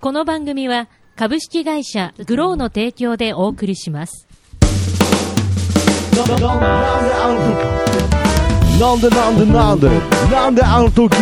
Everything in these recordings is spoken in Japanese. この番組は株式会社グローの提供でお送りします。なんであの時なんでなんでなんでなんであの時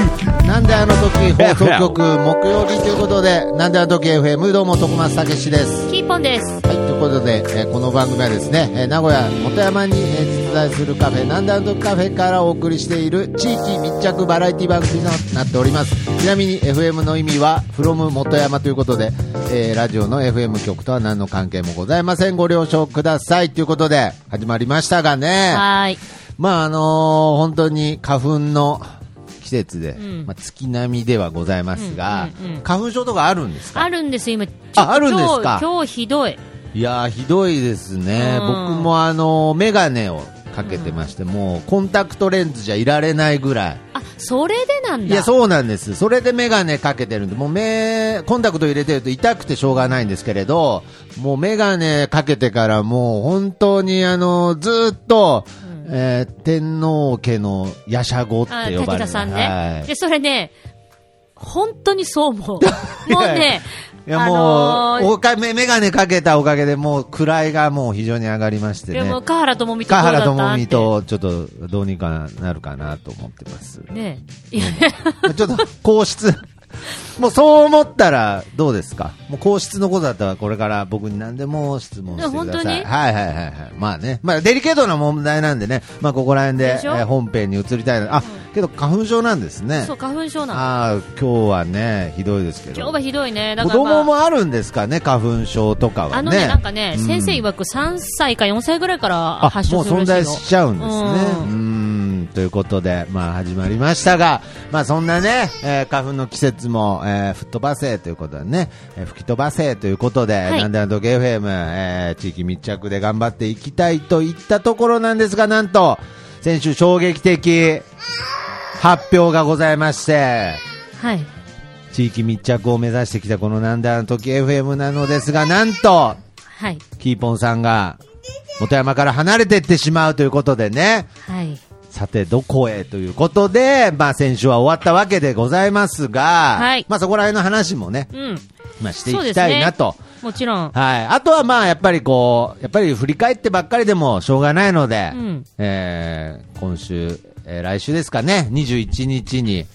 なんであの時放送局木曜日ということで、なんであの時 FM どうも徳松たけしです。キーポンです。はい、ということで、えーこの番組はですね、えー名古屋元山に、えー実在するカフェ、なんであの時カフェからお送りしている地域密着バラエティ番組になっております。ちなみに FM の意味は、from 元山ということで、えーラジオの FM 局とは何の関係もございません。ご了承ください。ということで、始まりましたがね。はーい。まああのー本当に花粉の季節で、んまあ、月並みではございますが、うんうんうん花粉症とかあるんですかあるんです、今。ああるんですか今日、今日ひどい。いやーひどいですね、うん僕も、あのー、眼鏡をかけてまして、もうコンタクトレンズじゃいられないぐらい。あ、それでなんいだ。やそうなんです、それで眼鏡かけてるんで、もう目コンタクト入れてると痛くてしょうがないんですけれど、もう眼鏡かけてから、もう本当にあのずーっと、えー天皇家のやしゃごってあ、呼武ばれ田るさんはね。で、それね、本当にそう 思う。もうね、い、いやあもう、のーおかめ眼鏡かけたおかげで、もう位がもう非常に上がりましていやねも、う、川原智美と川どうだ原った智美。とちょっとどうにかなるかなと思ってます。 ってねいや、ちょっと皇室、 もうそう思ったらどうですか、もう皇室のことだったら、これから僕に何でも質問してくだいやさ本当にい、はいはいはいはい、まあね、まあ、デリケートな問題なんでね、まあ、ここら辺ででしょえー本編に移りたいな、あ、けど花粉症なんですね、そう、花粉症なの。あー今日はね、ひどいですけど、今日はひどいね。だ子から、まあ、供もあるんですかね、花粉症とかはね。あのね、なんかね、うん先生曰く3歳か4歳ぐらいからあ発症すもうる存ら在しいよ。しちゃうんですね。ううんんということで、まあ、始まりましたが、まあ、そんなね、えー花粉の季節も、えー吹っ飛ばせということでね、えー吹き飛ばせということで、いなんであの時 FM、えー地域密着で頑張っていきたいといったところなんですが、なんと、先週衝撃的発表がございまして、はい。地域密着を目指してきたこのなんであの時 FM なのですが、なんと、はい。キーポンさんが、元山から離れてってしまうということでね、はい。さて、どこへということで、まあ、先週は終わったわけでございますが、はいまあ、そこら辺の話もね、うん。まあ、していきたいなと。もちろん。はい。あとは、まあ、やっぱりこう、やっぱり振り返ってばっかりでもしょうがないので、うんえー今週、えー来週ですかね、21日に、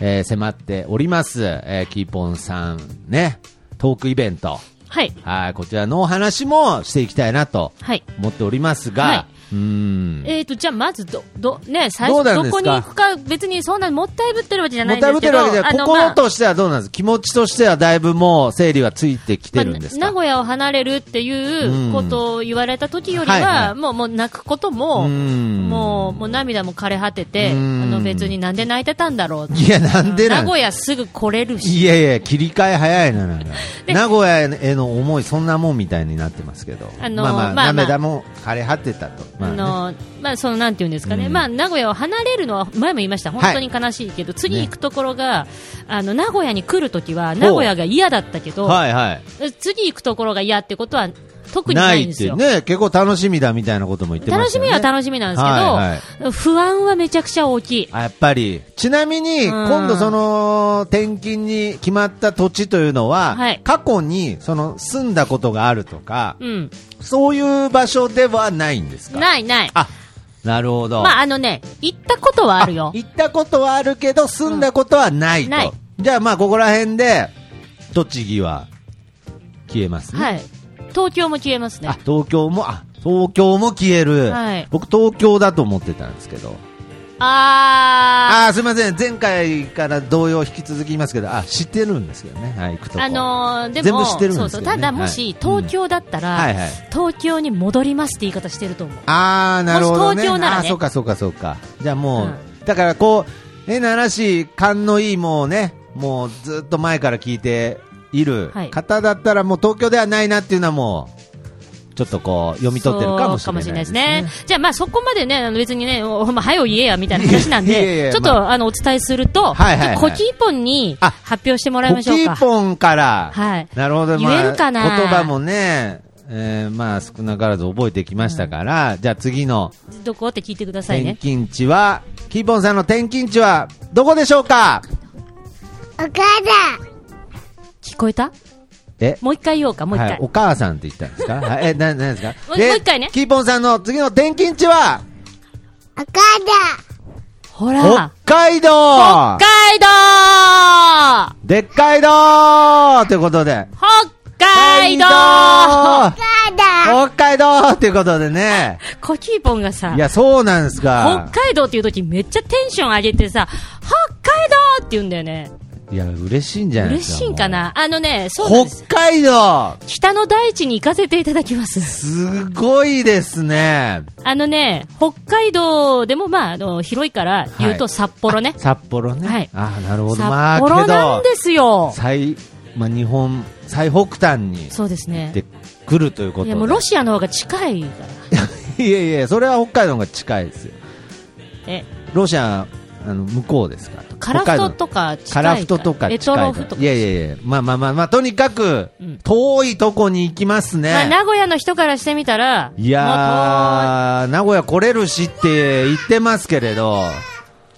えー迫っております、えーキーポンさんね、トークイベント。はい。はい、こちらのお話もしていきたいなとはい。思っておりますが、はうーん。えーと、じゃあまずど、ど、ね、最初どうなんどですこかに行くか、別にそんなもったいぶってるわけじゃなもっいんでたいぶすってけるど、わけじゃない。あの心まあとしてはどうなんです気持ちとしてはだいぶもう整理はついてきてるんですまあか、名古屋を離れるっていううんことを言われた時よりは、はいはいもうもう泣くことも、うんもうもう涙も枯れ果てて、あうんの別になんで泣いてたんだろうっていや、なんでな名ん古屋すぐ来れるし、いやいや、切り替え早いな、なんかで名古屋への思い、そんなもんみたいになってますけど。あのーまあまあ、まあまあ涙も枯れ果てたと。あまあねのまあ、そのなんていうんですかね、うんまあ、名古屋を離れるのは前も言いました、本当に悲しいけど、次行くところが、あの名古屋に来るときは、名古屋が嫌だったけど、はいはい。次行くところが嫌ってことは、特になないんいでっすてよ。ね、結構楽しみだみたいなことも言ってま楽したしよみね。は楽しみなんですけど、はい不安はめちゃくちゃ大きい。あやっぱり。ちなみに、うん今度その、転勤に決まった土地というのは、はい過去に、その、住んだことがあるとか、うん。そういう場所ではないんですかないない。あ、なるほど。まあ、あのね、行ったことはあるよ。行ったことはあるけど、住んだことはないと。うんないじゃあまあ、ここら辺で、栃木は、消えますね。はい。東京も消えますねあ。、東京も、あ、東京も消える。はい僕、東京だと思ってたんですけど。ああーすみません、前回から同様引き続き言いますけど、あ知ってるんですけどね、はい、行くー。とこあのーでも全部知ってるんですけどねそうそうただもはしい東京だったら、はいはい東京に戻りますって言い方してると思うあーなるほもど、ね、し東京ならねあーそうかそうかそうか、じゃあもう、うだからこう、ね、奈良市、勘のいい、もうね、もうずっと前から聞いているはい方だったら、もう東京ではないなっていうのは、もう、ちょっとこう、読み取ってるかそもしれないでうすかもしれないねで。すねじゃあまあそこまでねあの別にねおお前早う言えやみたいな話なんでいやいやいやちょっと、まあ、のお伝えすると、はいはいはいコキーポンにあ発表してもらいましょうコキかーポンから、はいなるほど、言えるかな言葉もね、えーまあ少なからず覚えてきましたから、じゃあ次のどこって聞いてください転ね勤地は、キーポンさんの転勤地はどこでしょうか岡田聞こえたえもう一回言おうか、もう一は回。い、お母さんって言ったん ですかはいえ、な、なんですかもうでもう一回ねキーポンさんの次の転勤地は、赤だほ北ら、海道北海道でっかいどーということで。北海道赤だ北海道ということでね。コキーポンがさい、や、そうなんです北か。海道っていう時めっちゃテンション上げてさ、北海道って言うんだよね。いや、嬉しいんじゃないで嬉すか。しいんかなあのね、そうなんもうです。北海道北の大地に行かせていただき ます。すごいですね。あのね、北海道でもまあ、あの、広いから言うとはい札幌ね。札幌ね。はいあーなるほど。まあ、札幌なんですよ。最、まあ、日本、最北端にそうですね。で来るというこいとで。やもうロシアの方が近いから。いやいや、それは北海道の方が近いですよ。え、ロシア、あの、向こうですから。カラフトとか近いか北海道カラフトとか近いエトロフとか。いやいやいや、まあまあまあまあ、とにかくうん、遠いとこに行きますね。まあ、名古屋の人からしてみたら、いやー、名古屋来れるしって言ってますけれど、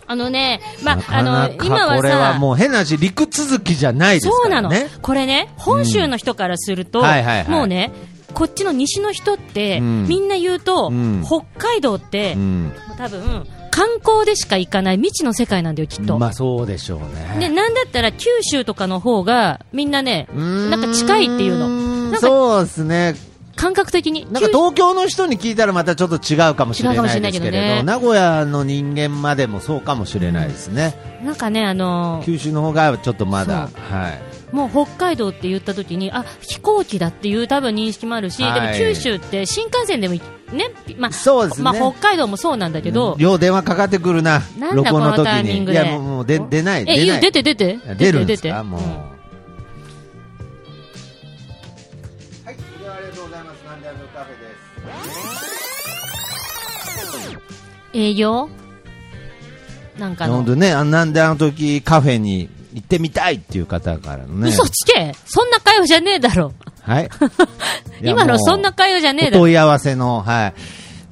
もう遠いあのね、まあな、かなあの、今かはこれはさ、もう変な話、陸続きじゃないですそうかならのね。。これね、本州の人からすると、うんはいはいはいもうね、こっちの西の人って、うんみんな言うと、うん北海道って、うん。もう多分、観光でしか行かない未知の世界なんだよ、きっと。まあそうでしょうで、ね。なんだったら九州とかの方が、みんなね、うーんなんか近いっていうの。なんかそうですね。感覚的に。なん九か東京の人に聞いたらまたちょっと違うかもしれ違うかもしなれいないでけすどけねれど、名古屋の人間までもそうかもしれないですね。なんかね、あのー九州の方がちょっとまだそ。はい。もう北海道って言った時に、あ、飛行機だっていう多分認識もあるし、はでいも九州って新幹線でもい、ね、まあ、そうですねまあ、北海道もそうなんだけど、よう電話かかってくるななん。だ録音のこの時タイミンに。グいでや、もうもう出出ない。え、出言なうい出。て出て出るんです出かてもう。うはいん、それではありがとうございます。なんであのカフェです。営業なんか本の、当ね、あなんであの時カフェに行ってみたいっていう方からのね。嘘つけそんな会話じゃねえだろはい。いや 今ものうそんな会話じゃねえおだろ問い合わせの、はい。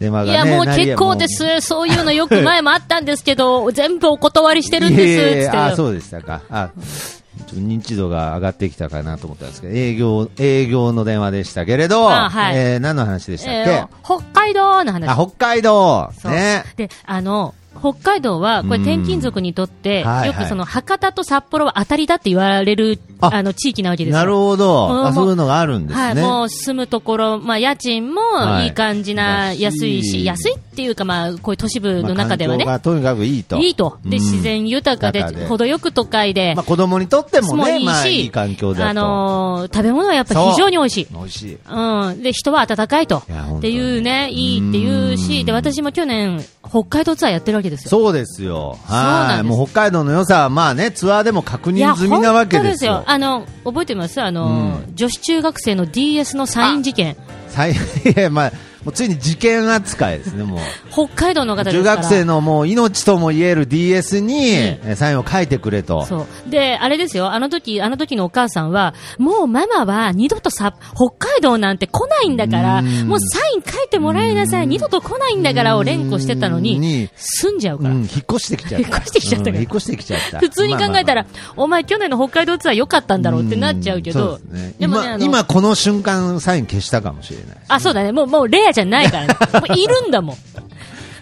電話いがや、ね。もうなり結構で。もうす。そういうのよく前もあったんですけ ど、全部お断りしてるんいやいやいです。つって。やあ、そうでしたか。あ、ちょっと認知度が上がってきたかなと思ったんですけど、営業、営業の電話でしたけれど、あはいえー何の話でしたっえけ、ー北海道の話。あ、北海道そうね。で、あの、北海道は、これうん転勤族にとって、はいはいよくその博多と札幌は当たりだって言われる、ああの、地域なわけですよ。なるほもど。うあ、そういうのがあるんですね。はい、もう住むところ、まあ、家賃もはいいい感じな、安い安いし、安いっていうか、まあ、こういう都市部の中ではね、まあ環境がとにかくいいと。いいと。で、うん自然豊かで豊かで、程よく都会で、まあ子供にとってももうね、いいまあいしい環境だと。あのー食べ物はやっぱ非常に美味しい。美味しい。うん。で、人は温かいと。いや本当にっていうね、いいっていうし、で、私も去年、北海道ツアーやってるわけですよ。そうですよ。なはんい。ですもう北海道の良さはまあね、ツアーでも確い認や済みなわけ本当ですよ。あの、覚えてますあの、女子中学生の DS のサイン事件。最い や、まあ、もうついに事件扱いですね、もう。北海道の方です中から。学生のもう命とも言える DS にえサインを書いてくれと。そう。で、あれですよ。あの時、あの時のお母さんは、もうママは二度とさ、北海道なんて来ないんだから、うんもうサイン書いてもらいなさい。二度と来ないんだからを連呼してたのうんに、住んじゃううかんら。、引っ越してきちゃった。引っ越してきちゃったからうん引っ越してきちゃった。普通に考えたら、まあまあまあ、お前去年の北海道ツアー良かったんだろうってなっちゃうけど、んそうですねでもね、あ今、の今この瞬間サイン消したかもしれない。あ、そうだね。もう、もうレアじゃないからね。もういるんだ もん。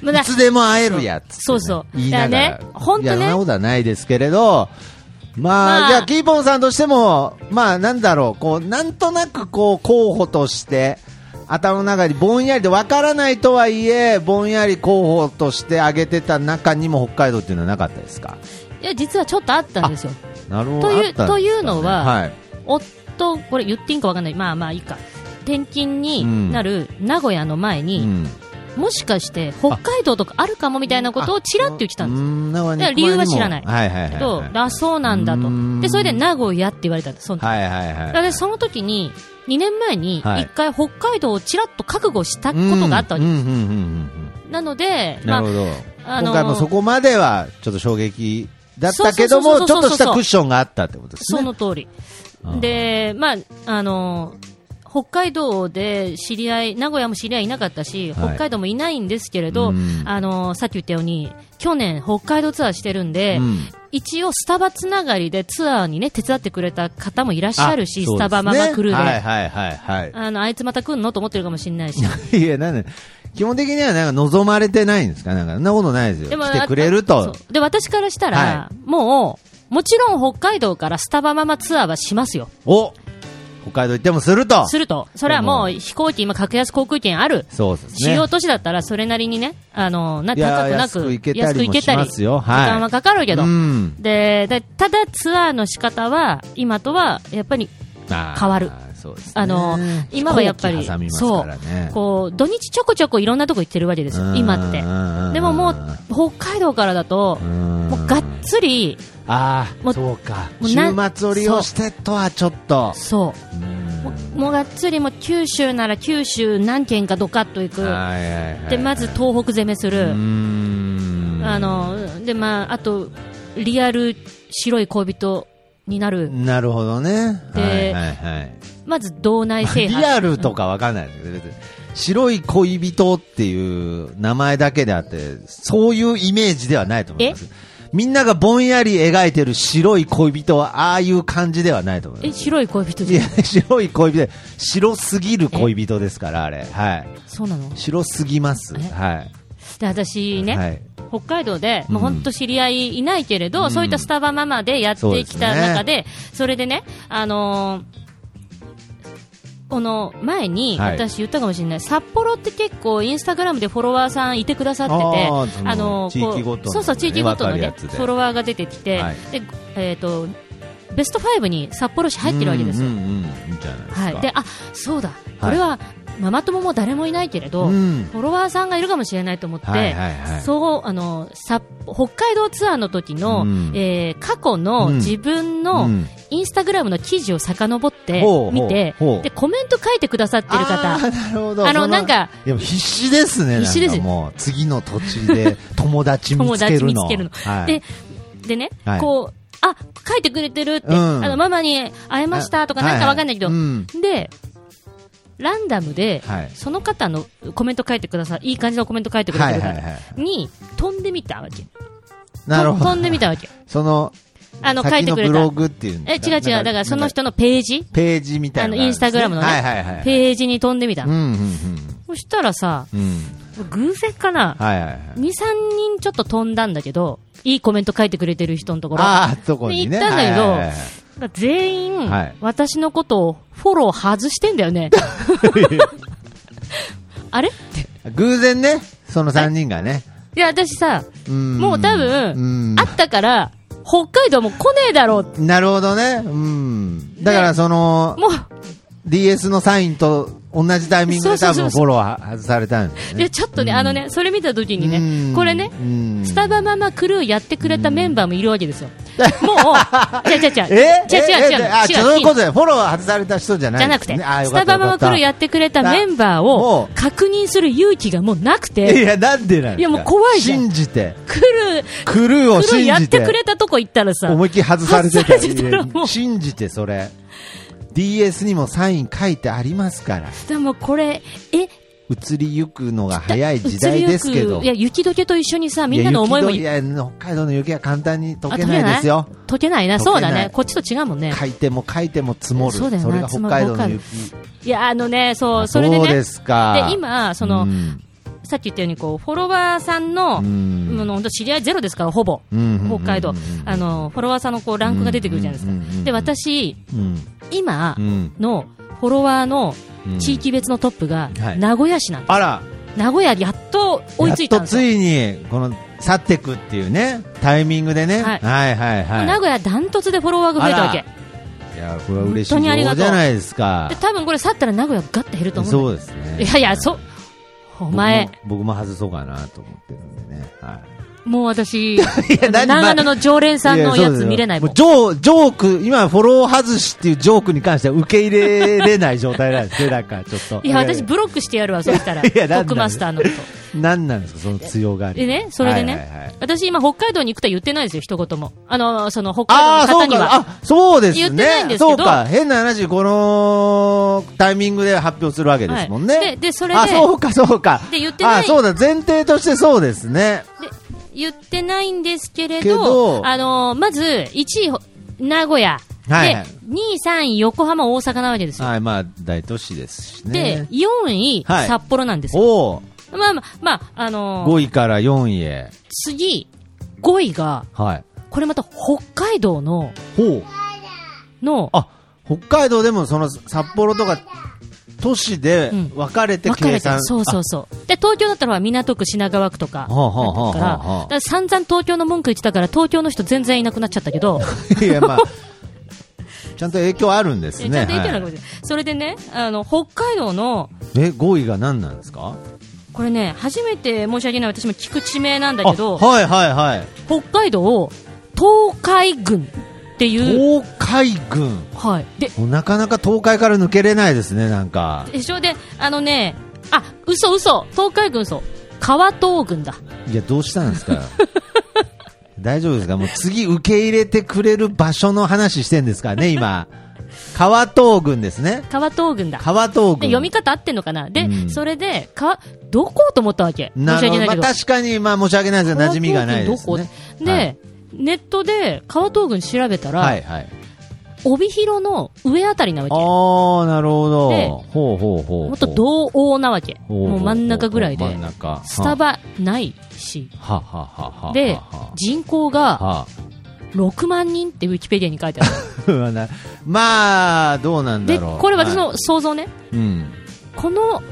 まあだいつでも会えるやつってね、そうそう言いながらだからねほんとねいやそんなことはないですけれど、まあ、まあいや、キーポンさんとしても、まあ、なんだろう、こう、なんとなく、こう、候補として、頭の中にぼんやりで、わからないとはいえ、ぼんやり候補として挙げてた中にも北海道っていうのはなかったですかいや、実はちょっとあったんですよ。なるほど。というあったんですかねというのははい。夫、これ言っていいんかわかんない。まあまあいいか。転勤になる名古屋の前うに、ん。もしかして北海道とかあるかもみたいなことをちらっと言ってたんですうんだからだから理由は知らないはいはいはい、けはい。ど、あ、そうなんだとう。んで、それで名古屋って言われたんです。そのはいはいはい。だからその時に、2年前にはい一回北海道をちらっと覚悟したことがあったわけうでんうんうんうんうんす。なので、うんまあなるほ、ど、あのー今回もそこまではちょっと衝撃だったけどそもうちそうょそうそっうそうとしたクッションがあったってことですそねの通りう。んで、まあ、あの、北海道で知り合い、名古屋も知り合いいなかったし、はい北海道もいないんですけれど、うんあの、さっき言ったように、去年北海道ツアーしてるんで、うん一応スタバつながりでツアーにね、手伝ってくれた方もいらっしゃるし、あスタバママクルーで。そうすねはいはいはいはあの、あいつまた来んのと思ってるかもしれないし。い。 いや、なんで、基本的にはなんか望まれてないんですかなんか、そんなことないですよ。来てくれるあそと。うで、私からしたら、はもう、もちろん北海道からスタバママツアーはしますよ。お北海道行ってもすると。すると、それはもう飛行機、今格安航空券ある。そうです主ね。要都市だったらそれなりにね、あの、な、いや高くな安くく行けたりもしますよはい時間はかかるけどう。ん。で、でただツアーの仕方は、今とは、やっぱり、変わる。そうですね、あの、今はやっぱり、飛行機挟みますそかうら、ね。こう、土日ちょこちょこいろんなとこ行ってるわけですよ、今って。でももう、北海道からだと、もうがっつり、あもあ、うそうか。もうな週末を利用してとはちょっと。そうう、んもうもうがっつりもう九州なら九州何県かドカッと行く。はいはいはいはいで、まず東北攻めすうる。んあの、で、まあ、あと、リアル白い恋人になる。なるほどね。ではいはいはいまず道内制リ覇。アルとかわかんないですけど、別に白い恋人っていう名前だけであって、そういうイメージではないと思います。みんながぼんやり描いてる白い恋人は、ああいう感じではないと思いえ、ます。白い恋人いじゃやん。、白い恋人で、白すぎる恋人ですから、あれ。はい。そうなの白すぎます。えはい。で、私ね、はい。北海道で、うんもう本当知り合いいないけれど、そういったスタバママでやってきた中で、それでね、あのーこの前にはい私言ったかもしれない、札幌って結構インスタグラムでフォロワーさんいてくださってて、あーそののーこう地域ごとのねそうそう地域ごとのわかるねやフつでォロワーが出てきて、はいでえっ、とベスト5に札幌市入ってるわけですよ。うんうんうん。いいんじゃないですか。はい。で、あ、そうだ。これは、ママ友も誰もいないけれど、うんフォロワーさんがいるかもしれないと思って、はいはいはいそう、あの、さ北海道ツアーの時の、うんえー過去のうん自分うのんインスタグラムの記事を遡ってほう見て、ほうほうで、コメント書いてくださってるあ方、ーなるほどあのそなんかでも必死ですね必死ですなんかもう次の土地 で友達見友つけ達る見のつけるの。はい、で、でね、はいこう、あ、書いてくれてるって、うんあの、ママに会えましたとかなんかわかんないけど、ははうんで、ランダムで、はいその方のコメント書いてください、いい感じのコメント書いてくれはているは方いはいに飛んでみたわけ。なるほど飛んでみたわけ。そのあの、書い先てのくれブたロ。グっていうんえ、です違う違う。だからその人のページページみたいあなの、がインスタグラムのね、はいはいはいはいページに飛んでみた。うんうんそしたらさ、うんうん偶然かな、はいはいはい2、3人ちょっと飛んだんだけど、いいコメント書いてくれてる人のところ。ああそこにね行ったんだけどはいはいはい全員、はい私のことをフォロー外してんだよ ね。あれって。偶然ねその三人がねいや、私さ、ももう多分、うんあったから、北海道も来ねえだろう。なるほどねうんだからそのもう、 DS のサインと同じタイミングでそう多そうそ分うフォローは外されたんですいや、ね。ちょっとね、あのね、それ見た時にね、これね、うんスタバママクルーやってくれたメンバーもいるわけですよ。もう、違う違う違う。違う違う違う。え違う違うあ、そういうことで、フォロー外された人じゃないじゃなくて、あよスかっタたバママクルーやってくれたメンバーをもう確認する勇気がもうなくよかったいて、や、なんでなんですかいやもう怖いじゃん信じて。クルー、クルークをルー信やっじてくて。れたとこ行ったらさ、思いっきり外されてた外されてたらもういや信じて、それ。DS にもサイン書いてありますから。でもこれ、え、移りゆくのが早い時代ですけど。いや、雪解けと一緒にさ、みんなの思いもいや、雪どいや北海道の雪は簡単に溶けないですよ。解けないな、解けそなういだね。こっちと違うもんね。書いても書いても積もる。そうだよなれが北海道の雪。いや、あのね、そう、あそれでそうねで。すか。で、今、その、うんさっき言ったように、こう、フォロワーさんの、んもう本当知り合いゼロですから、ほぼ。うん北海道うんうんう。んあの、フォロワーさんのこう、ランクが出てくるじゃないですうんうんうんうか。んで、私、うん今うんのフォロワーのうん地域別のトップがは、い名古屋市なんです。あら、名古屋やっと追いついたんやでっとすつよ。いに、この、去ってくっていうね、タイミングでね。ははいいはいはいはい。名古屋ダントツでフォロワーが増えたわけあ。いや、これは嬉しい。本当にありがとうじゃないですかで、。多分これ去ったら名古屋ガッと減ると思うんだよそうですね。いやいや、そう。お僕も前、僕も外そうかなと思ってるんでね。はもう 私、あの何長野の常連い。さんのやそうですつよ見れないもんう。ジョー、ジョーク、今、フォロー外しっていうジョークに関しては受け入れれない状態なんですね、なんか、ちょっと。いや、私ブロックしてやるわ、そしたら。トいやなッんだクマスターのこと。何なんですか、その強がり。でね、それでね、はいはいはい私今北海道に行くとは言ってないですよ、一言も。あの、その北あ海道のあ、そ方うにか。は。あ、そうですね。言ってないんですけどそうか。変な話、このタイミングで発表するわけですもんね。はいででそれであ、そうか、そうか。で言ってないあ、そうだ。前提としてそうですね。で言ってないんですけれけどど、あのーまず1位、名古屋。はいはいで、2位、3位、横浜、大阪なわけですよ。はい、まあ、大都市ですしでね、。 4位、はい札幌なんですよ。おお、まあまあ、まあ、あのー5位から4位へ。次、5位が、はい。これまた北海道の、ほう。の、あ、北海道でもその札幌とか都市でうん分かれて分かれ計て算。そうそうそう。で、東京だったらほら港区品川区とか、あ。はあはあはだから、あはだから散々東京の文句言ってたから、東京の人全然いなくなっちゃったけど、あ。いや、まあ、ちゃんと影響あるんですちゃね。んと言ってたのかもはいしれないそれでね、あの、北海道の、え、5位が何なんですかこれね、初めて申し訳ない、私も聞く地名なんだけどあ、はいはいはい。北海道を東海郡っていう、東海軍。はい。で、もうなかなか東海から抜けれないですね、なんか。でしょで、あのね、あ、嘘嘘、東海郡そう。川東郡だ。いや、どうしたんで すか大丈夫ですかもう次受け入れてくれる場所の話してんですからね、今。川東軍ですね。川東郡だ。川東で軍。読み方合ってんのかなで、うんそれで、か、どこと思ったわけ。申なしるほ訳などいけど。まあ、確かに、まあ、申し訳ないですよ。馴染みがないですね。どこで、はいネットで川東郡調べたら、はいはい。帯広の上あたりなわけ。もああ、なるほどで。ほうほうほう。っと同王なわけ。ほうほうほう、もう真ん中ぐらい真でん。中。スタバないし。は。ははははは。で は、人口がは。 6万人ってウィキペディアに書いてあ る。まあ、どうなんだで、ろう。これ私はの想像ね。い、うん。この、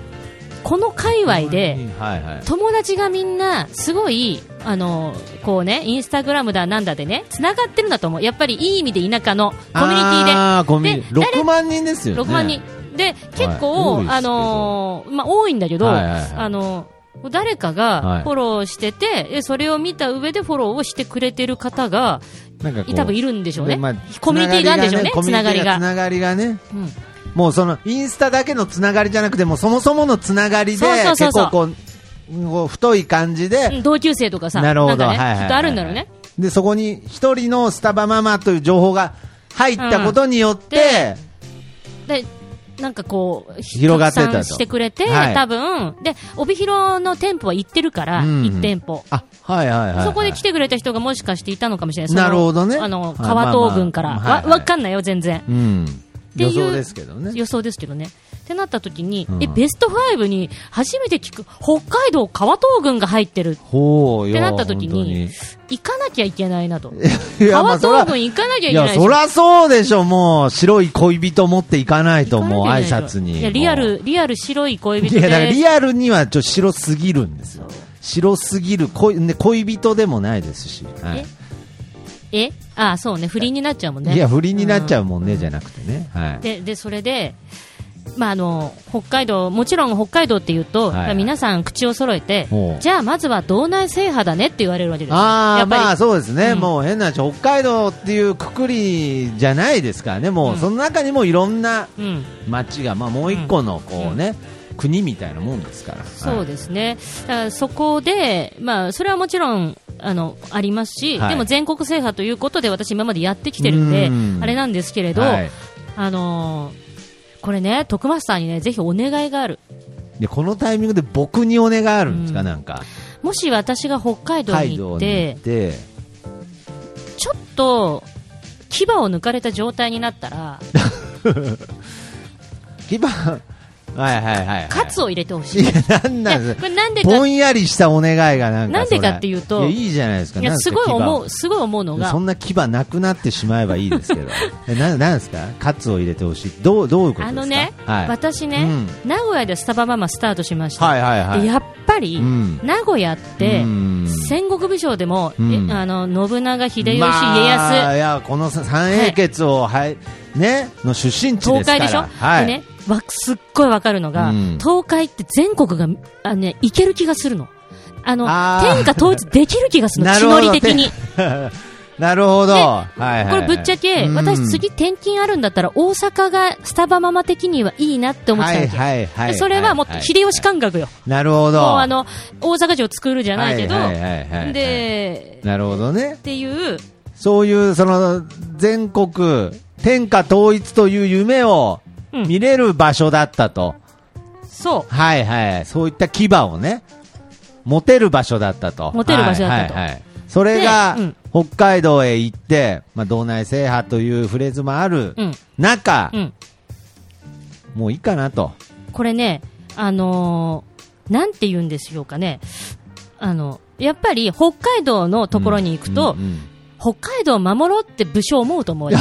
この界隈で、はいはい。友達がみんなすごいあのこうねインスタグラムだなんだでねつながってるんだと思うやっぱりいい意味で田舎のコミュニティあーコミュニティで6万人ですよでね。 6万人、で結構、多いですけどあのーまあ、多いんだけど、はいはいはいあの誰かはがいフォローしてて、えそれを見た上でフォローをしてくれてる方がなんかこう多分いるんでしょうね、まあコミュニティがあるんでしょうねつながりがつながりがね。うんもうその、インスタだけのつながりじゃなくて、もうそもそものつながりで、そうそうそうそう結構こう、こう太い感じで、うん同級生とかさなるほど、んかはね、いはいはいきっとあるんだろうね。で、そこに一人のスタバママという情報が入ったことによって、でなんかこう広がってたと拡散してくれて、はい多分で帯広の店舗は行ってるから、うんうん1店舗あ、はいはいはいはい。そこで来てくれた人がもしかしていたのかもしれない。そのなるほどね。あの、はいまあまあ川東郡から。はわ、いはいわかんないよ、全然。うん。ていう予想ですけどね。予想ですけどね。ってなった時に、うんえ、ベスト5に初めて聞く、北海道川東郡が入ってる。ほっうよ。てなった時本当に、行かなきゃいけないなと。 いやま川あそら東郡行かなきゃいいけないや、でしょそらそうでしょ、もう。白い恋人持っていかないと、も行う挨かなきゃいけないでしょ拶に。いや、リアル、リアル白い恋い人や、で。だからリアルにはちょっと白すぎるんですよ。白すぎる恋、ね、恋人でもないですし。はいえあそうね、不倫になっちゃうもんね。いや、不倫になっちゃうもんね、じゃなくてね。はい。ででそれで、まあ、あの北海道もちろん北海道っていうと、はいはい皆さん口を揃えておうじゃあまずは道内制覇だねって言われるわけですよあやあ、っぱり、まあそうですね、うんもう変な話、北海道っていうくくりじゃないですからね、もう、うんその中にもいろんなうん、町が、まあもう一個のこうね、国みたいなもんですから。そうでですね、だからそこで、まあ、それはもちろんあのありますし、はいでも全国制覇ということで私、今までやってきてるんでうんあれなんですけれけど、はい、あのーこれね、徳マスターにねぜひお願いがある、でこのタイミングで僕にお願いあるんですか、うんなんか。もし私が北海道に行って北海道に行、ってちょっと牙を抜かれた状態になったら、基盤はいはいはいはい。カツを入れてほしい。いや、なんなんいでやすこれなんでかぼんやりしたお願いがなんかそれ。なんでかっていうといや、いいじゃないですか。いやなんですすかごい思牙う、すごい思うのがそ、んな牙なくなってしまえばいいです けど。えな、なんですかカツを入れてほしい。どう、どういうことですかあのね、はい。私ね、名古屋でスタバママスタートしました。はいはいはい。でやっぱり、うん名古屋って、うん戦国武将でも、えうんあの信長、秀吉、家康、まあ、いや、このさ三英傑を、はい、ね、の出身地東ですから。海でしょ、はい。でね、わすっごいわかるのが、うん東海って全国があ、ね、いける気がするの。あのあー天下統一できる気がするの、 な地るほどのり的に。。なるほど。ではいはいはい。これぶっちゃけ、うん私次転勤あるんだったら大阪がスタバママ的にはいいなって思ってたわけ、はいはいはいでそれはもう秀吉感覚よ、なるほど。もうあの大阪城作るじゃないけど、はいはいはいはいはいでなるほどねっ。ていうそういう、その、全国、天下統一という夢をうん見れる場所だったと。そはいはい。そういった牙をね、モテる場所だったと。モテる場所だったとはいはいはいそれが、でうん北海道へ行って、まあ、道内制覇というフレーズもあるうん中、うん。もういいかなと。これね、あのーなんて言うんでしょうかね。あの、やっぱり北海道のところに行くと、うんうん北海道を守ろうって武将思うと思う よ。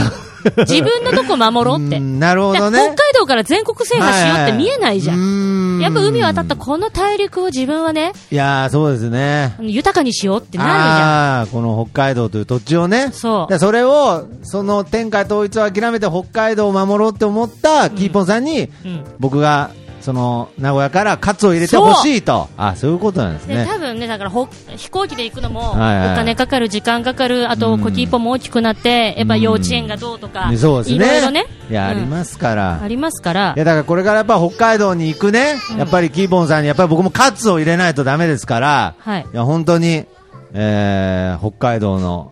自分のとこ守ろうって。うんなるほだかどらね。北海道から全国制覇しようって見えないじゃん。んやっぱ海渡ったこの大陸を自分はね、いやー、そうですね。豊かにしようってなるじゃん。ああー、この北海道という土地をね。そうでそれを、その天下統一を諦めて北海道を守ろうって思ったキーポンさんに、うん僕が、その、名古屋からカツを入れてほしいと。あ、そういうことなんですでね。多分ね、だからほ飛行機で行くのも、おはいはい金かかる、時間かかる、あと、うんコキーポも大きくなって、やっぱ幼稚園がどうとか、ねそうですね。いろいろね、いや、あうんりますから。ありますからいや、だからこれからやっぱ北海道に行くね、やっぱりキーボンさんにやっぱり僕もカツを入れないとダメですから、はいや、本当に、えー、北海道の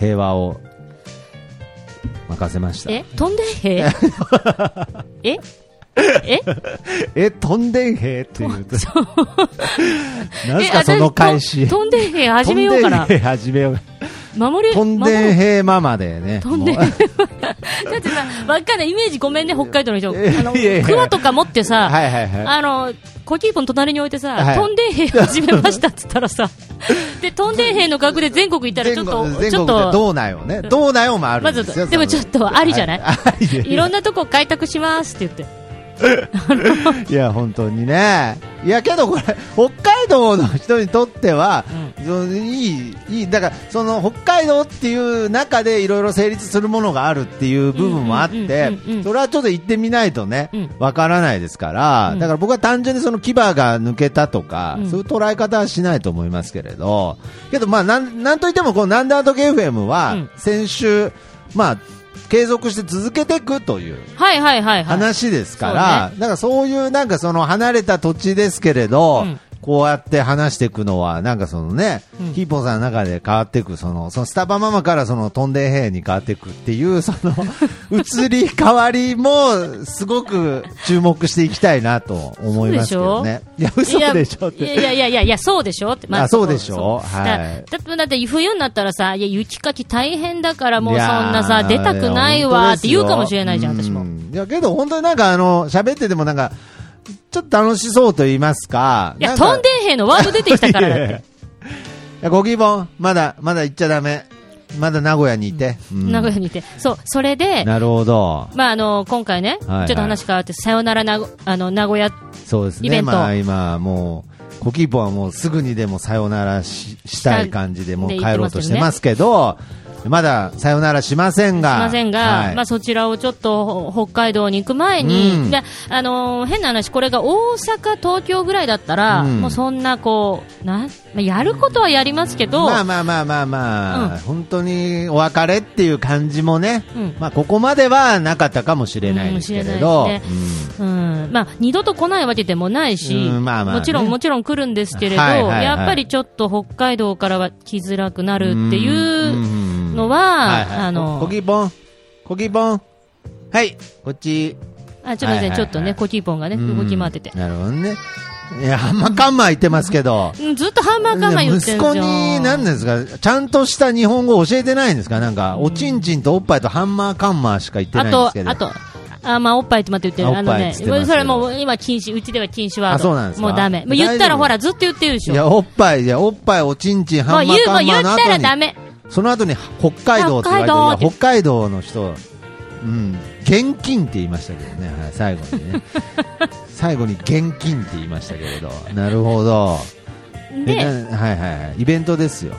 平和を任せました。え飛んでへえええ、飛んでんへっていう。 なんすえかその返し。飛んでへ始めようか飛んなでんへ始めようか。守れ飛んでんへママでね。飛んでもう だってさ、ばっかりイメージごめんね、北海道の人。あえの、いやいやクワとか持ってさ、はいはいはいあの、コキーポン隣に置いてさ、はい飛んで兵始めましたって言ったら さ、で、飛んで兵の額で全国行ったらちょっ全と、国ちょっ全国でと、道内をね。道内を回るまんですよ。ず、でもちょっとありじゃない、はいありいろんなとこ開拓しますって言って。いや、本当にね。いや、けどこれ、北海道の人にとっては、そのいい、いい、だから、その、北海道っていう中でいろいろ成立するものがあるっていう部分もあっうんうんうんてうんう、んそれはちょっと行ってみないとねうん、わからないですから、だから僕は単純にその牙が抜けたとかう、んそういう捉え方はしないと思いますけれど、けど、まあ、なん、なんといっても、このナンダードゲーフ FM うはん、先週、まあ、継続して続けていくという、はいはいはいはい。話ですから、だからそういうなんかその離れた土地ですけれど、うんこうやって話していくのは、なんかそのね、うんヒーポンさんの中で変わっていく、その、そのスタバママからその飛んでへに変わっていくっていう、 その、移り変わりも、すごく注目していきたいなと思いますけどね。いや、嘘でしょっいやて。いやいやいやいや、そうでしょって。あそうでしょそうはいだだって、だって冬になったらさ、いや、雪かき大変だからもういそんやーなさ、出たくないわーって言うかもしれないじゃん、本当私ですも。ようんいや、けど本当になんかあの、喋っててもなんか、ちょっと楽しそうと言いますか。いや、か飛んでへんのワード出てきたからだっいやいやて。いや、ゴキボン、まだ、まだ行っちゃダメ。まだ名古屋にいて。うん名古屋にいて。そう、それで、なるほど。まあ、あの、今回ね、はいはいちょっと話変わって、さよなら名古あの名古屋、そうですイね。ベントまあ今、もう、ゴキボンはもうすぐにでもさよならししたい感じで、もうで帰ろうとしてますけど、まださよならしませんすいが。ませんが、はいまあ、そちらをちょっとほ北海道に行く前に、うんであのー変な話、これが大阪、東京ぐらいだったら、うんもうそんなこう、なんまあ、やることはやりますけど、まあまあまあまあまあ、うん本当にお別れっていう感じもね、うんまあここまではなかったかもしれないですけれど、うんもしれないですうんまあ、二度と来ないわけでもないし、うんまあまあもねちろんもちろん来るんですけれど、はいはいはいやっぱりちょっと北海道からは来づらくなるっていうんのは、あのコキボン、コキボン、はい、こっち、あちょっと待って、はいはいはいちょっとね、コキーポンがね、動き回ってて。うん。なるほどね。いや、ハンマカンマ言ってますけどうんずっとハンマーカンマー言って息るじゃ子ん。に、何でですか、ちゃんとした日本語教えてないんですかなんか、おちんちんとおっぱいとハンマーカンマーしか言ってあないんですけと、ど。あと、あ、まあ、おっぱいって待って言ってる。ああおっぱのいっね、つってますけどそれもう今禁止、うちでは禁止ワード。あそうなんですかもうダメ。もう言ったらほら、ずっと言ってるでしいや、ょ。おっぱい、いや、おっぱい、おちんちん、もハうン言マーう、もカうン言マーっのたらダ後に、メ。その後に、北海道って言われて、い北海道やって北海道の人、うん、現金って言いましたけどね、はい最後 にね。最後に現金って言いましたけれど。なるほど。えで、なはいはいはい。イベントですよ。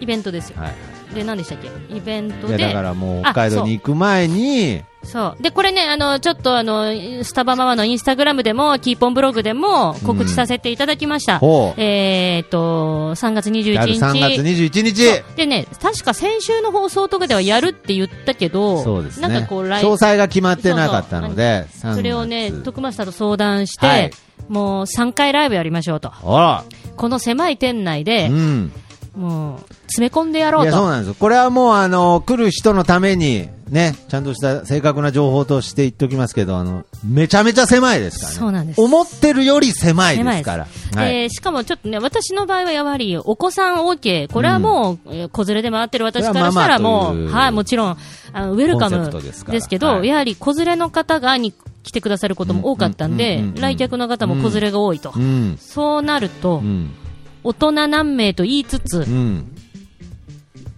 イベントですよ。はいはい。で、何でしたっけイベントいやだでか。らもう北海道に行く前に、そう。で、これね、あの、ちょっとあの、スタバママのインスタグラムでも、キーポンブログでも告知させていただきました。ほうえーっと、3月21日。やる3月21日でね、確か先週の放送とかではやるって言ったけど、そうですねなんかこう、詳来週細が決まってなかったので3月それをね、徳松さんと相談して、はいもう3回ライブやりましょうと。あこの狭い店内でら、うんもう、詰め込んでやろいうやそうと。なんですよこれはもうあの来る人のためにね、ちゃんとした正確な情報として言っておきますけど、あの、めちゃめちゃ狭いですからね。そうなんです思ってるより狭いですから。ではい。しかもちょっとね、私の場合はやはり、お子さん OK、これはもう、えー子連れで回ってる私からしたらもこれはママというう、はい、もちろん、あのウェルカコンセムプトですからですけど、はいやはり子連れの方がに来てくださることも多かったんうんでうんうんうん、来客の方も子連れが多いと。うん。そうなると、うん。大人何名と言いつつ、うん。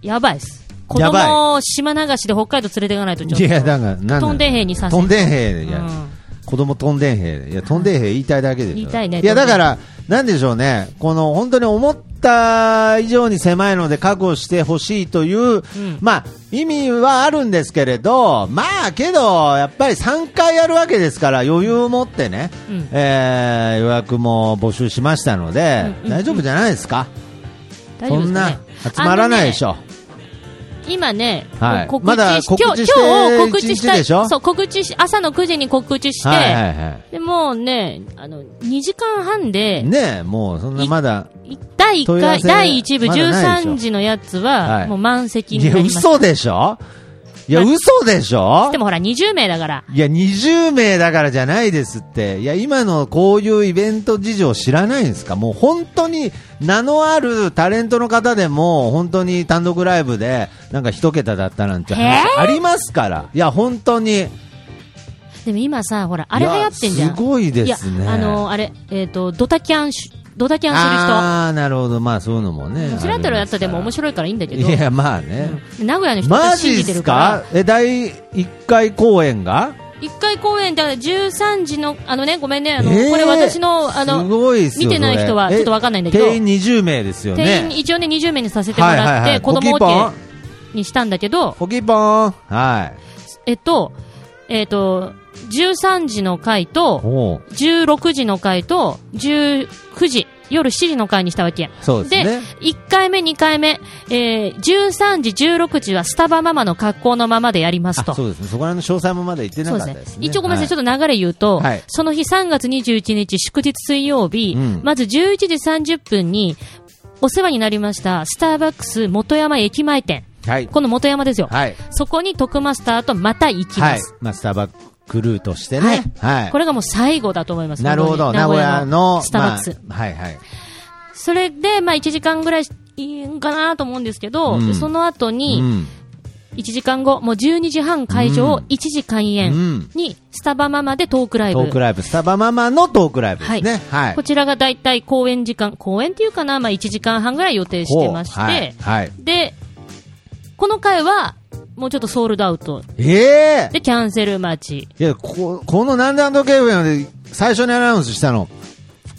やばいです。子やばい供を島流しで北海道連れていかないとちょっいと。や、だから、なんなトンデン兵にさせトンデン兵いや、うん子供トンデン兵。いや、トンデン兵言いたいだけでしょ。言いたいねや、だから、なんでしょうね。この、本当に思った以上に狭いので覚悟してほしいという、まあ、意味はあるんですけれど、まあ、けど、やっぱり3回やるわけですから、余裕を持ってね、うんえー予約も募集しましたので、うんうん大丈夫じゃないですか。大丈夫でそすんかなね、集まらないでしょ。今ね、はい告知まだし告知して今日今日告知し一日たでしょそう告知し朝の9時に告知して、はいはいはでもうねあの2時間半い。で、ねえ、もう、そんなまだ、第1問い合わ回せ第1部まだないでしょ13時のやつははいもう満席いにや、なりました。嘘でしょいや、まあ嘘でしょでもほら20名だから。いや、20名だからじゃないですって。いや、今のこういうイベント事情知らないんですかもう本当に名のあるタレントの方でも、本当に単独ライブで、なんか一桁だったなんて話ありますから。いや、本当に。でも今さほらあれ流行ってんじゃいやん。すごいですね。いやあのあれえっ、とドタキャンしドタキャンする人。ああ、なるほど。まあ、そういうのもね。面白いからやったでも面白白いからいいんだけど。いや、まあね。名古屋の人マたち信ジっじてするからか。え、第1回公演が一回公演だから13時のあのねごめんねあの、えーこれ私のあのすごいっすよ見てない人はそれちょっとわかんないんだけどえ定員20名ですよね。定員一応ね20名にさせてもらって、はいはいはい子ポ供キポン OK にしたんだけどポキポーン。はい。えっとえっと13時の回とおう16時の回と19時夜7時の回にしたわけそうですね。 1回目、2回目、えー、13時、16時はスタバママの格好のままでやりますとあ。そうですね。そこら辺の詳細もまだ言ってなそかうっでたすでねすね。一応ごめんなさい、ちょっょっと流れ言うと、はいその日3月21日祝日水曜日、うんまず11時30分にお世話になりましたスターバックス元山駅前店。と。はい。この元山ですよ。はい。そこに特マスターとまた行きはまいす。。まあ、スタバクルーとしてね。はい。これがもう最後だと思います。なるほど。本当に名古屋の、スターバックス。まあはいはい。それで、まあ1時間ぐらいいいんかなと思うんですけど、うんその後うに、ん。 1時間後、もう12時半会場、1時開う演んに、スタバママでトークライブ。トークライブ。スタバママのトークライブですね。はい。こちらがだいたい公演時間、公演っていうかな、まあ1時間半ぐらい予定してまして、ほうはい。はい。で、この回は、もうちょっとソールドアウト。ええで、キャンセル待ち。いや、こ、このなんであのケーブルで最初にアナウンスしたの、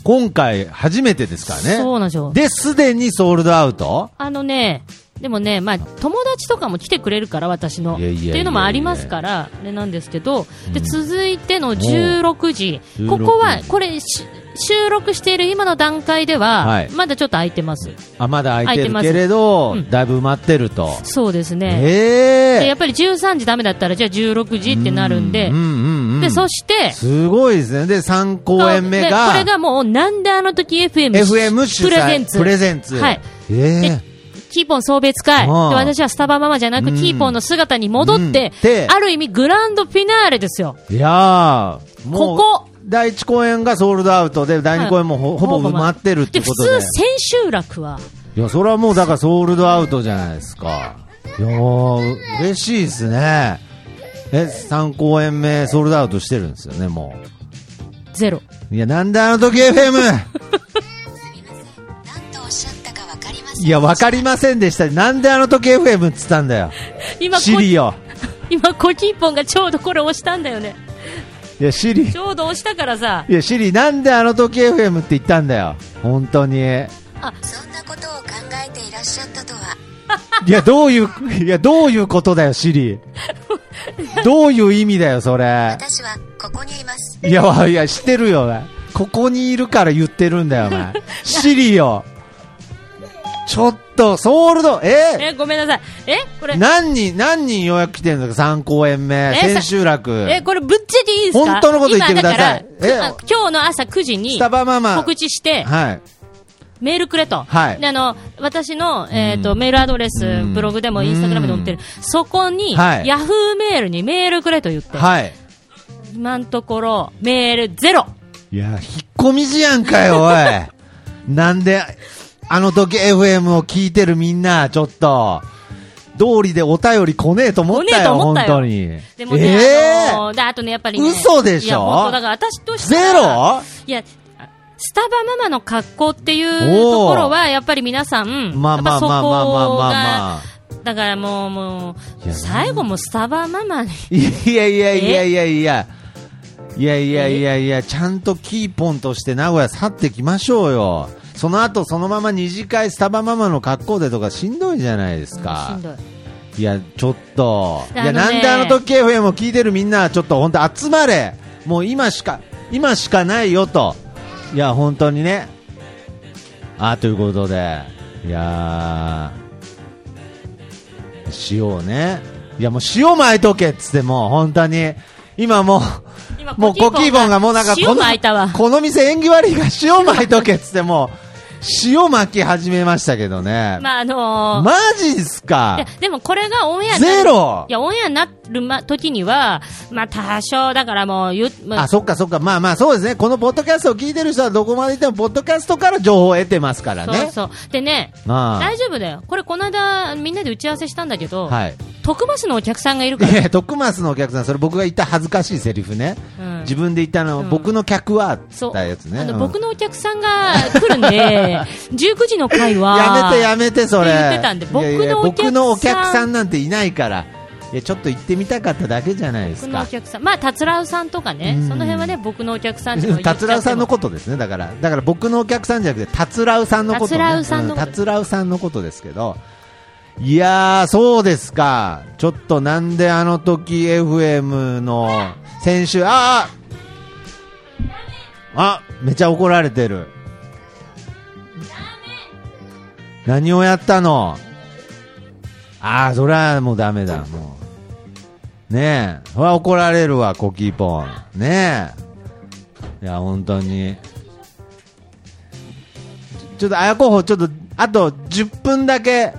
今回初めてですからね。そうなんですよ。で、すでにソールドアウトあのね、でもね、まあ、友達とかも来てくれるから、私の。いやいやいやいやっていうのもありますから、あれなんですけど、で、続いての16時おう、ここは16、時これ、し収録している今の段階では、はいまだちょっと空いてます。あ、まだ空いて空いるてますけれど、うんだいぶ埋まってると。そうですね。ええで、やっぱり13時ダメだったら、じゃあ16時ってなるんでうん、うんうん。で、そして、すごいですね。で、3公演目でが、これがもう、なんであの時 FM FM 主催プレゼンツ。プレゼンツ。はい。。えキーポン送別会。で、うん私はスタバママじゃなく、うんキーポンの姿に戻っうんてで、ある意味グランドフィナーレですよ。えいやー、もこうこ第1公演がソールドアウトで、第2公演もほ,、はいぼ埋まってるってで、こ普とで。通、千秋楽は、いや、それはもうだからソールドアウトじゃないですか。いやー、嬉しいですね。え、3公演目ソールドアウトしてるんですよね、もゼロ。う。いや、なんであの時 FM! 何とおっしゃったか分かりませんいや、わかりませんでした。なんであの時 FM っつったんだよ。今、こシリよ。今、コキーポンがちょうどこれ押したんだよね。いや、シリち。ょうど押したからさ、いや、シリ、なんであの時 FM って言ったんだよ。本当に。いそんなことを考えていらっしゃったとはや、どういう、いや、どういうことだよ、シリ。どういう意味だよ、それ。私はここにいますいや、わいや、知ってるよ、お前ここにいるから言ってるんだよ、お前。シリよ。ちょっと、ソールド、ええ、ごめんなさい。え、これ、何人、何人予約来てるんですか ?3 公演目。え千秋楽。え、これぶっちゃけいいですか本当のこと言ってください今だから、えあ今日の朝9時にスタバママ。告知して、はい。メールくれと。はいで、あの、私の、えっ、と、うんメールアドレス、うんブログでもインスタグラムでも載ってる。そこに、はいヤフーメールにメールくれと言って。はい。今のところ、メールゼロ。いや、引っ込み思案か よ、おい。なんで、あの時 FM を聞いてるみんな、ちょっと、道理でお便り来ねえと思ったよ、来本ねえと当思ったに。でもね、ええあのーで、あとね、やっぱりね。嘘でしいょや、本当だから私としてゼは。ロいや、スタバママの格好っていうおーところは、やっぱり皆さん、まあまあまあまあまあまああ。まあ。だからもう、も、いうや最後もスタバママに。いやいやいやいやいや。いやいやいやいや、ちゃんとキーポンとして名古屋去ってきましょうよ。その後そのまま二次会スタバママの格好でとかしんどいじゃないです しかん。どい。いや、ちょっと。いあのねや、なんであの時 FM を聞いてるみんな、ちょっと本当集まれ。もう今しか、今しかないよと。いや、本当にね。あ、ということで。いやー。塩をね。いや、もう塩巻いとけっつってもう、本当に。今もう、今もうコキーボンがもうなんかこ塩の巻いたわ。この店縁起悪いから塩巻いとけっつってもう、塩巻き始めましたけどね。まあ、あのーマジっすかいやでもこれがオンエアになるゼロいや、オンエアになるま時には、まあ、多少、だからもう、ゆ、まあ、そっかそっか。まあまあ、そうですね。このポッドキャストを聞いてる人はどこまでいっても、ポッドキャストから情報を得てますからね。そうそう。でね、あ大丈夫だよ。これこの間、みんなで打ち合わせしたんだけど、あはい。徳マスのお客さんがいるからい。や、徳松のお客さん、それ僕が言った恥ずかしいセリフね。うん自分で言ったの、うん僕の客は、ってそ言う。ったやつね。あの、うん僕のお客さんが来るん で、19時の会は。やめてやめて、それ。って言ってたんで僕のお客さんいやいや僕のお客さんなんていないから。いや、ちょっと行ってみたかっただけじゃないです僕のおか。客さん。まあ、達郎さんとかね、うそんの辺はね、僕のお客さんっていうのを言っちゃって 達も郎さんのことですね、だから、だから僕のお客さんじゃなくて、達郎さんのこと、ね、達郎さんのうこと達郎さんのことですけど、いやー、そうですか、ちょっとなんであの時 FM の先週、あーあ、めちゃ怒られてる。何をやったのああ、それはもうダメだ、もう。ねえ、それは怒られるわ、コキーポン。ねえ。いや、本当に。ちょっと、あや候補、ちょっと、あと10分だけ。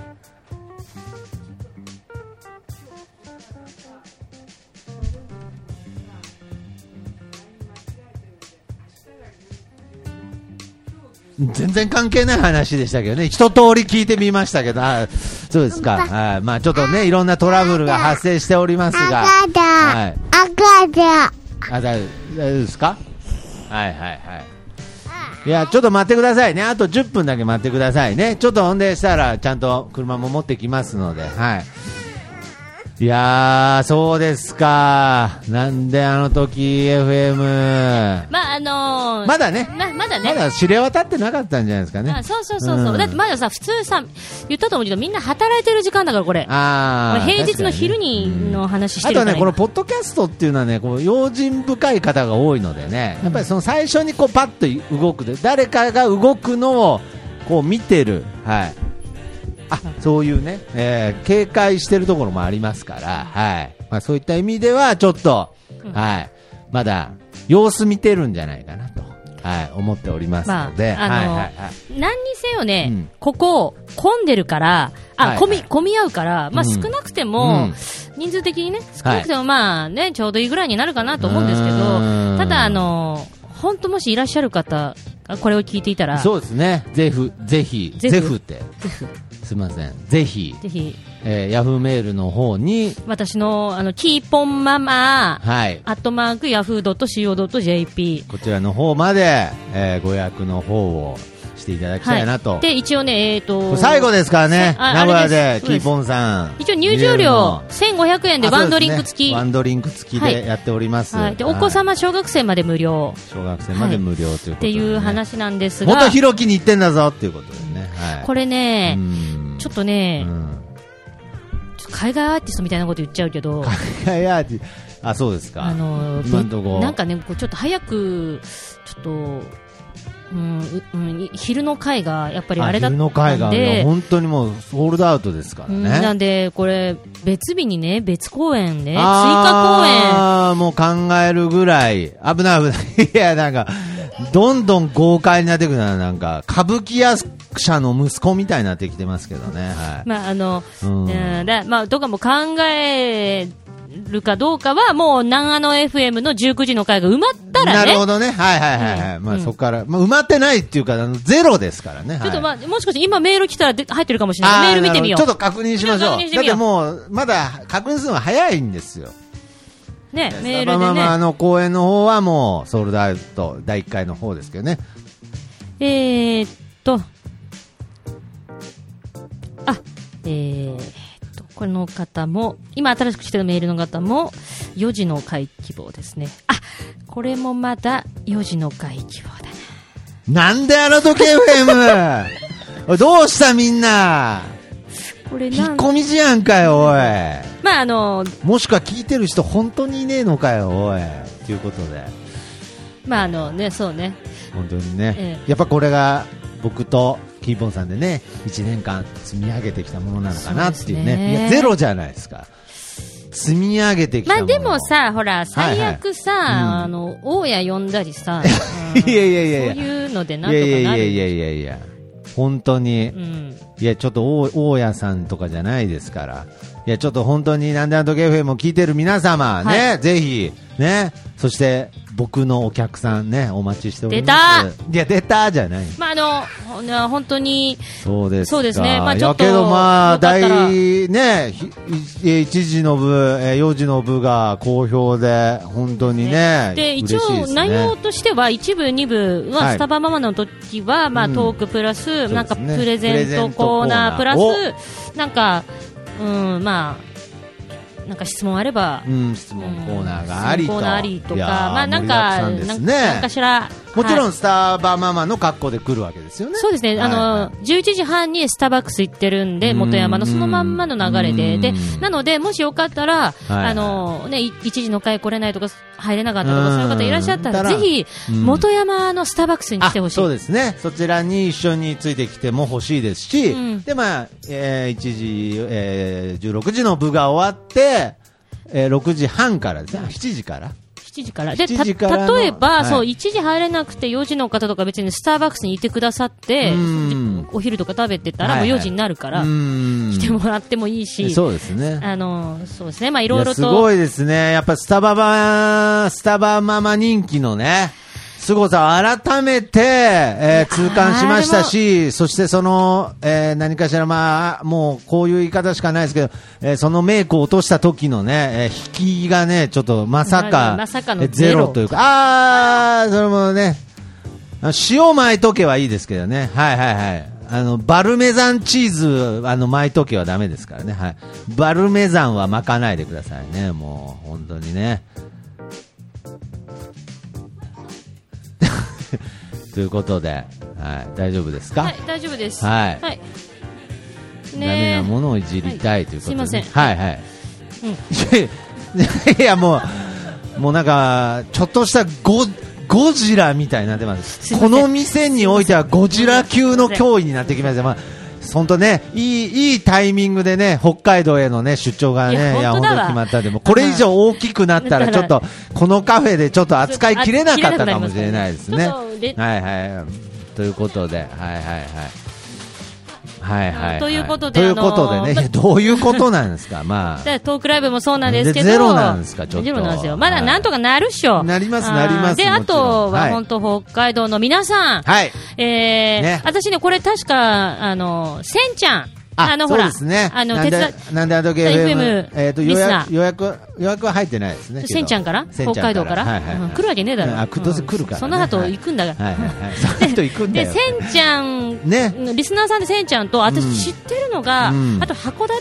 全然関係ない話でしたけどね、一通り聞いてみましたけど、あそうですか、はいまあ、ちょっとね、いろんなトラブルが発生しておりますが、赤だはい、赤だあだ大丈夫ですかはいはいはいいやちょっと待ってくださいねあと10分だけ待ってくださいねちょっとほんでしたらちゃんと車も持ってきますのではいいやーそうですかなんであの時 FM まあ、あのーまだねままだね。まだ知れ渡ってなかったんじゃないですかねあそうそうそうそう、うんだってまださ、普通さ、言ったと思うけど、みんな働いてる時間だから、これ。こあれー平日の昼確かねにの話してあるかとら、ね、このポッドキャストっていうのはね、こう用心深い方が多いのでね、やっぱりその最初にこうパッと動くで、誰かが動くのをこう見てる、はい、あそういうね、えー警戒してるところもありますから、はいまあ、そういった意味では、ちょっと、はい、まだ様子見てるんじゃないかなと、はい、思っておりますので、まああのはいはいはい何にせよね、うんここ、混んでるから、はあ、いはい混み、混み合うから、まあうん少なくても、うん人数的にね、少なくてもまあね、ちょうどいいぐらいになるかなと思うんですけどうーん、ただあの、本当もしいらっしゃる方がこれを聞いていたら、ぜそうですね、ぜひ、ぜひ、ぜぜひひって、すみません、ぜひ。ひ、えー、ヤフーメールの方に、私の、あの、キーポンママ、はい、アットマーク、ヤフー .co.jp。こちらの方まで、えーご予約の方をしていただきたいなと。で、一応ね、えっ、これと、最後ですからね、あ名古屋あれでですキーポンさん。一応入場料見1500円れるでのワンドリンあクそう付でき。すねワンドリンク付きはいでやっております。はい、でお子はい様、小学生まで無料小学生まで無料というっことてでね、いう話なんですもっがと、ひろきに行ってんだぞっていうことでね。はい、これね、ちょっとね、うん ちょっと海外アーティストみたいなこと言っちゃうけど、いやいやあ、そうですか。あの今んとこべなんかね、こうちょっと早く、ちょっと、うんううん、い昼の会がやっぱりあれだった昼んの会がねで、本当にもうソールドアウトですからうね。んなんで、これ、別日にね、別公演ね、追加公演。 あーもう考えるぐらい、危ない危ない。いや、なんか、どんどん豪快になってくるな、なんか、歌舞伎役者の息子みたいになってきてますけどね。はい。 まああの、うんうんだまあ、どうかも考えるかどうかは、もう、南アの FM の19時の回が埋まったらなね、るほどね。はいはいはいはい。まあそこから、まあ埋まってないっていうか、あのゼロですからね。はいちょっとまあ、もしかして今メール来たらで入ってるかもしれない。メール見てみよう。あなるほどちょっと確認しましょ確認しう。てだみってようもう、まだ確認するのは早いんですよ。ね、メールでね。まあまあまあ、あの、公演の方はもう、ソールドアウト、第1回の方ですけどね。えー、っと、あ、えー、っと、この方も、今新しく来てるメールの方も、4時の回希望ですね。あ、これもまだ4時の回希望だな。なんであの時 FM! おい どうしたみんなこれ引なっん込みじゃんかよ、おい。まああの、もしくは聞いてる人本当にいねえのかよ、おい。ということで、まああのね、そうね。本当にね。えやっぱこれが、僕と、キーポンさんでね、1年間積み上げてきたものなのかなっていそううですね。ねいや、ゼロじゃないですか。積み上げてきたまあもの。でも、さ、ほら、最悪さ、うんあの、大家呼んだりさ、 いやいやういんやいや。そういうのでなんいとやかなる。いやいやいやいやいや本当に、うん。いやちょっと大大家さんとかじゃないですからいやちょっと本当になんであの時 FM を聞いてる皆様ね、はぜひねそして僕のお客さんねお待ちしております出たいや出たじゃないまああのほな、本当に、そうですかそうですねまあちょっといやけどまあよかったら第ねひいえ1時の部えー4時の部が好評で本当にねで嬉一しいですね応、内容としては、一部、二部はは、いスタバママの時は、まあ、うんトークプラス、ねなんか、プレプレゼゼンントトココーーナナーープラス、なんか、うん、まあ、なんか質問あれば、うん、質問コーナーがあり質と。問コーナーありとか、いやーまあ、なんか、盛りだなんくさんですねなんかしら、もちろはんいスターバママの格好で来るわけですよね。そうですね、あはいはの、11時半にスターバックス行ってるんで、元山のうんそのまんまの流れで、でう、んなので、もしよかったら、いあの、ね、い一時の会来れないとか、入れなかったとうか、んそういう方いらっしゃったら、たぜらひ、うん元山のスターバックスにあ来てほしい。そうですね。そちらに一緒についてきても欲しいですし、うんで、まあ、えー1時、えー16時の部が終わって、えー6時半からですね。あ7時から。 7時から。で、た7時からの例えば、はいそう、1時入れなくて4時の方とか別にスターバックスにいてくださってうん、お昼とか食べてたらもうはいは4い時になるから、来来てもらってもいいし、そうですね。あの、そうですね、まあいろいろやすごと、いですね。やっぱスタババ、スタバママ人気のね、凄さを改めて、えー痛感しましたし、そしてその、えー何かしらまあ、もうこういう言い方しかないですけど、えーそのメイクを落とした時のね、えー引きがね、ちょっとまさまかあ、まさかのえーゼゼロロというか、あー、それもね、あ塩巻いとけはいいですけどね。はいはいはい。あの、バルメザンチーズ、あの、巻いとけはダメですからね。はい。バルメザンは巻かないでくださいね。もう、本当にね。 ということで、はい。大丈夫ですか、はい、大丈夫です。はいはい。ダメなもののをいじりたいということで、はいすいませんはいはい。 いや、もう、もうなんか、ちょっとしたゴゴジラみたいになってますすいませこんの店においてはゴジラ級の脅威になってきました。まあ本当ね、いい、いいタイミングでね、北海道へのね、出張がね、いや本当だわに決まったんで、もうこれ以上大きくなったら、だちかょらっと、このカフェでちょっと扱いきれなかったかもしれないですね。ちょっとれはいはい。ということで、はいはいはい。はいはい、はい。ということとでいうことであのね、ーいや どういうことなんですか、ま だからトークライブもそうなんですけど、でゼロなんですかちょっとゼロなんですよ。まだなんとかなるっしょ。はいなりますあーなりますで、もちろあんとはは、い本当北海道の皆さん。あ。はい。えーね私ね、これ確か、あの、せんちゃん。の、そほうら、ですね。あの、なん手で伝、なんであの時 FM FM、えっと、予リスナ約、ー予約、予約は入ってないですね。けどせんちゃんからせんち北ゃ海ん道から、はいはいはういん来るわけねえだろ。あ、くどうせ来るからね。その後行くんだかはら。いはいはい。その後行くんだで、よ。せんちゃん、ねリスナーさんでせんちゃんと、うん私知ってるのが、うんあと函館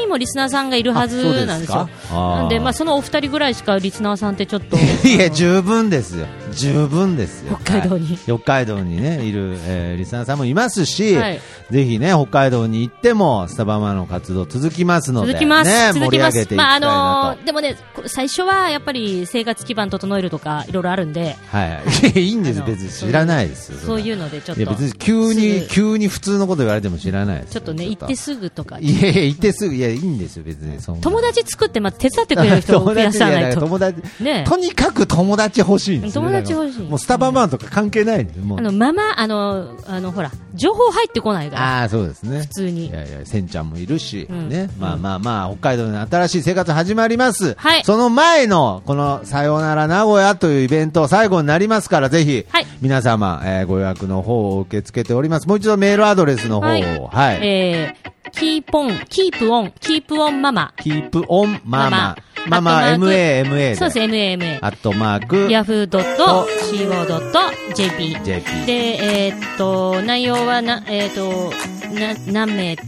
にもリスナーさんがいるはあそうですずかなんですよ。あーなんで、まあ、そのお二人ぐらいしかリスナーさんってちょっと。いや、あの十分ですよ。十分ですよ。北海道にはい北海道にね、いる、えーリスナーさんもいますし、はいぜひね、北海道に行っても、スタバマの活動続きますので、続きます。ね、続盛きりま上すげていきたいなと。まあ、あのーでももね、これ最初はやっぱり生活基盤整えるとか、いろいろあるんで、 はい。いいんです、あの別に知らないですよ。そういううのでちょっいや、と、別に急すに、ぐ急に普通のこと言われても知らないですちょよ。っとね、行ってすぐとか、いやいや、行ってすぐ、いや、いいんですよ、別に。そんな友達作ってまず手伝ってくれる人を増やさないと。 友達ねとにかく友達欲しいんですよ友達欲しいだからもうスタバマンとか関係ないんで、もうあ。の、まま、あの、あの、ほら、情報入ってこないから、ああ、そうですね。普通にいやいや、せんちゃんもいるし、うんね。まあまあまあ、北海道の新しい生活始まります。はいその前の、この、さよなら名古屋というイベント、最後になりますから、ぜひ、はい皆様、えーご予約の方を受け付けております。もう一度メールアドレスの方を、はい。えー、キーポン、キープオン、キープオンママ。キープオンママ。ママママ、アットマ MAMA で。そうです、MMA。アットマーク、 yahoo.co.jp。 JP で、えーっと、内容はな、えーっと、な、何名で、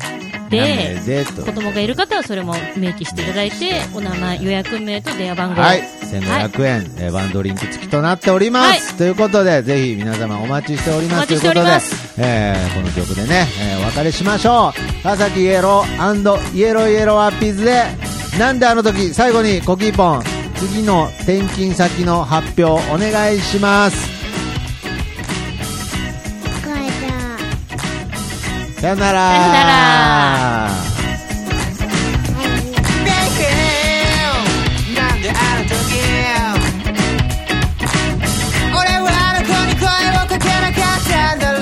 何名でと子供がいる方はそれも明記していただいて、お名前、予約名と電話番号。はい。1500円、えーワンドリンク付きとなっております。ということで、ぜひ皆様お待ちしておりまおす。待ちしておりますということで、えーこの曲でね、えーお別れしましょう。川崎イエローイエローイエローアッピーズで、なんであの時、最後にコキーポン、次の転勤先の発表お願いします。さよなら。さよならなんであの時俺はあの子に声をかけなかったんだろう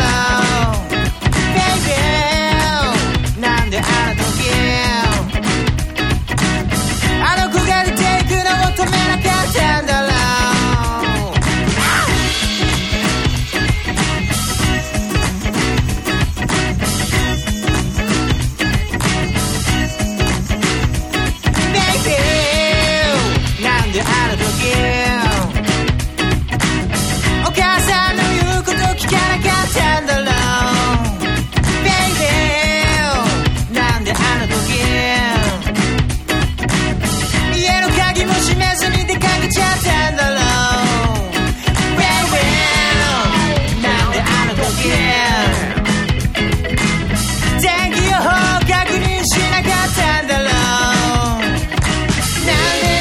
Baby なんであの時あの子が出ていくのを止めなかったんだろう「なんであの時お母さんの言うこと聞かなかったんだろう」「Baby なんであの時家の鍵も閉めずに出かけちゃったんだろう」「Baby なんであの時天気予報確認しなかったんだろうなんで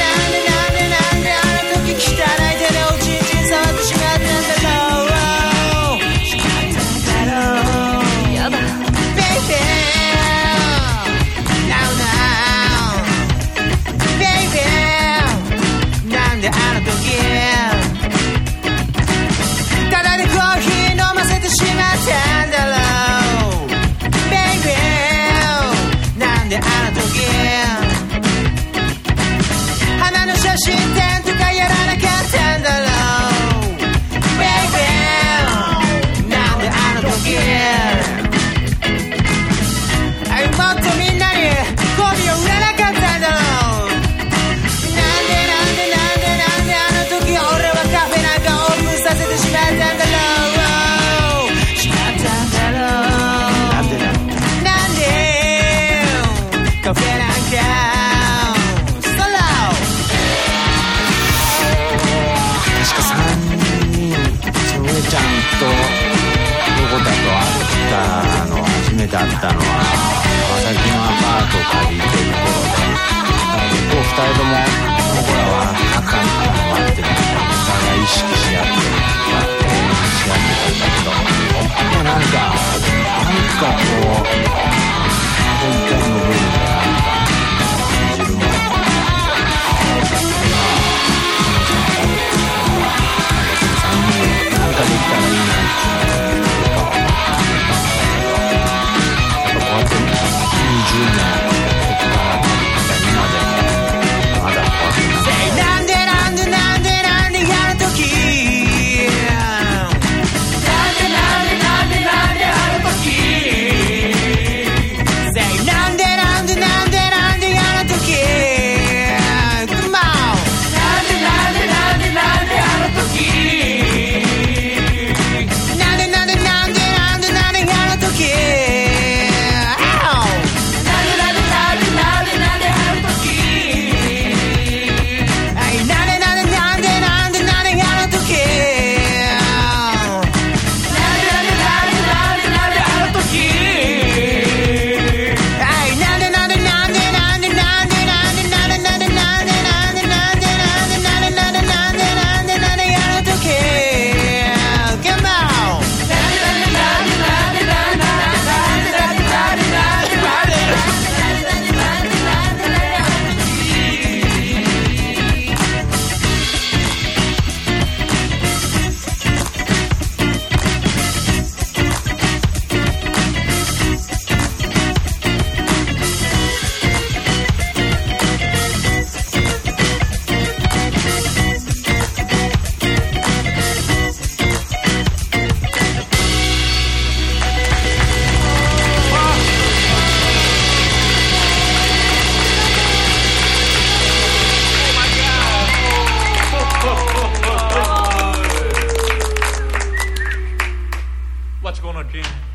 なんでなんでなんであの時汚い手でおちんちん触ってしまったんだろうしまったんだろうやだ Baby Now now Baby なんであの時ただでコーヒー飲ませてしまったんだろう Baby なんであの時花の写真展とかやらなかったんだろう Baby なんであの時あいもっとみんなにゴミを売らなかったんだろうなんでなんでなんでなんであの時俺はカフェなんかオープンさせてしまったんだろうしまったんだろうなんでなんでカフェなんかストロー確か3人それちゃんとどこだと会ったの初めて会ったのは川崎のアパート借りてる頃で結構2人とも僕らは仲になってたお互い意識し合って割ってし合ってたんだけどでもなんかなんかこう本体の部分がなんか自分もなんかできたらいいなっていうのがやっぱこうやって20年ここから今でまだこうやってなんでなんでなんでなんで言 what's gonna change?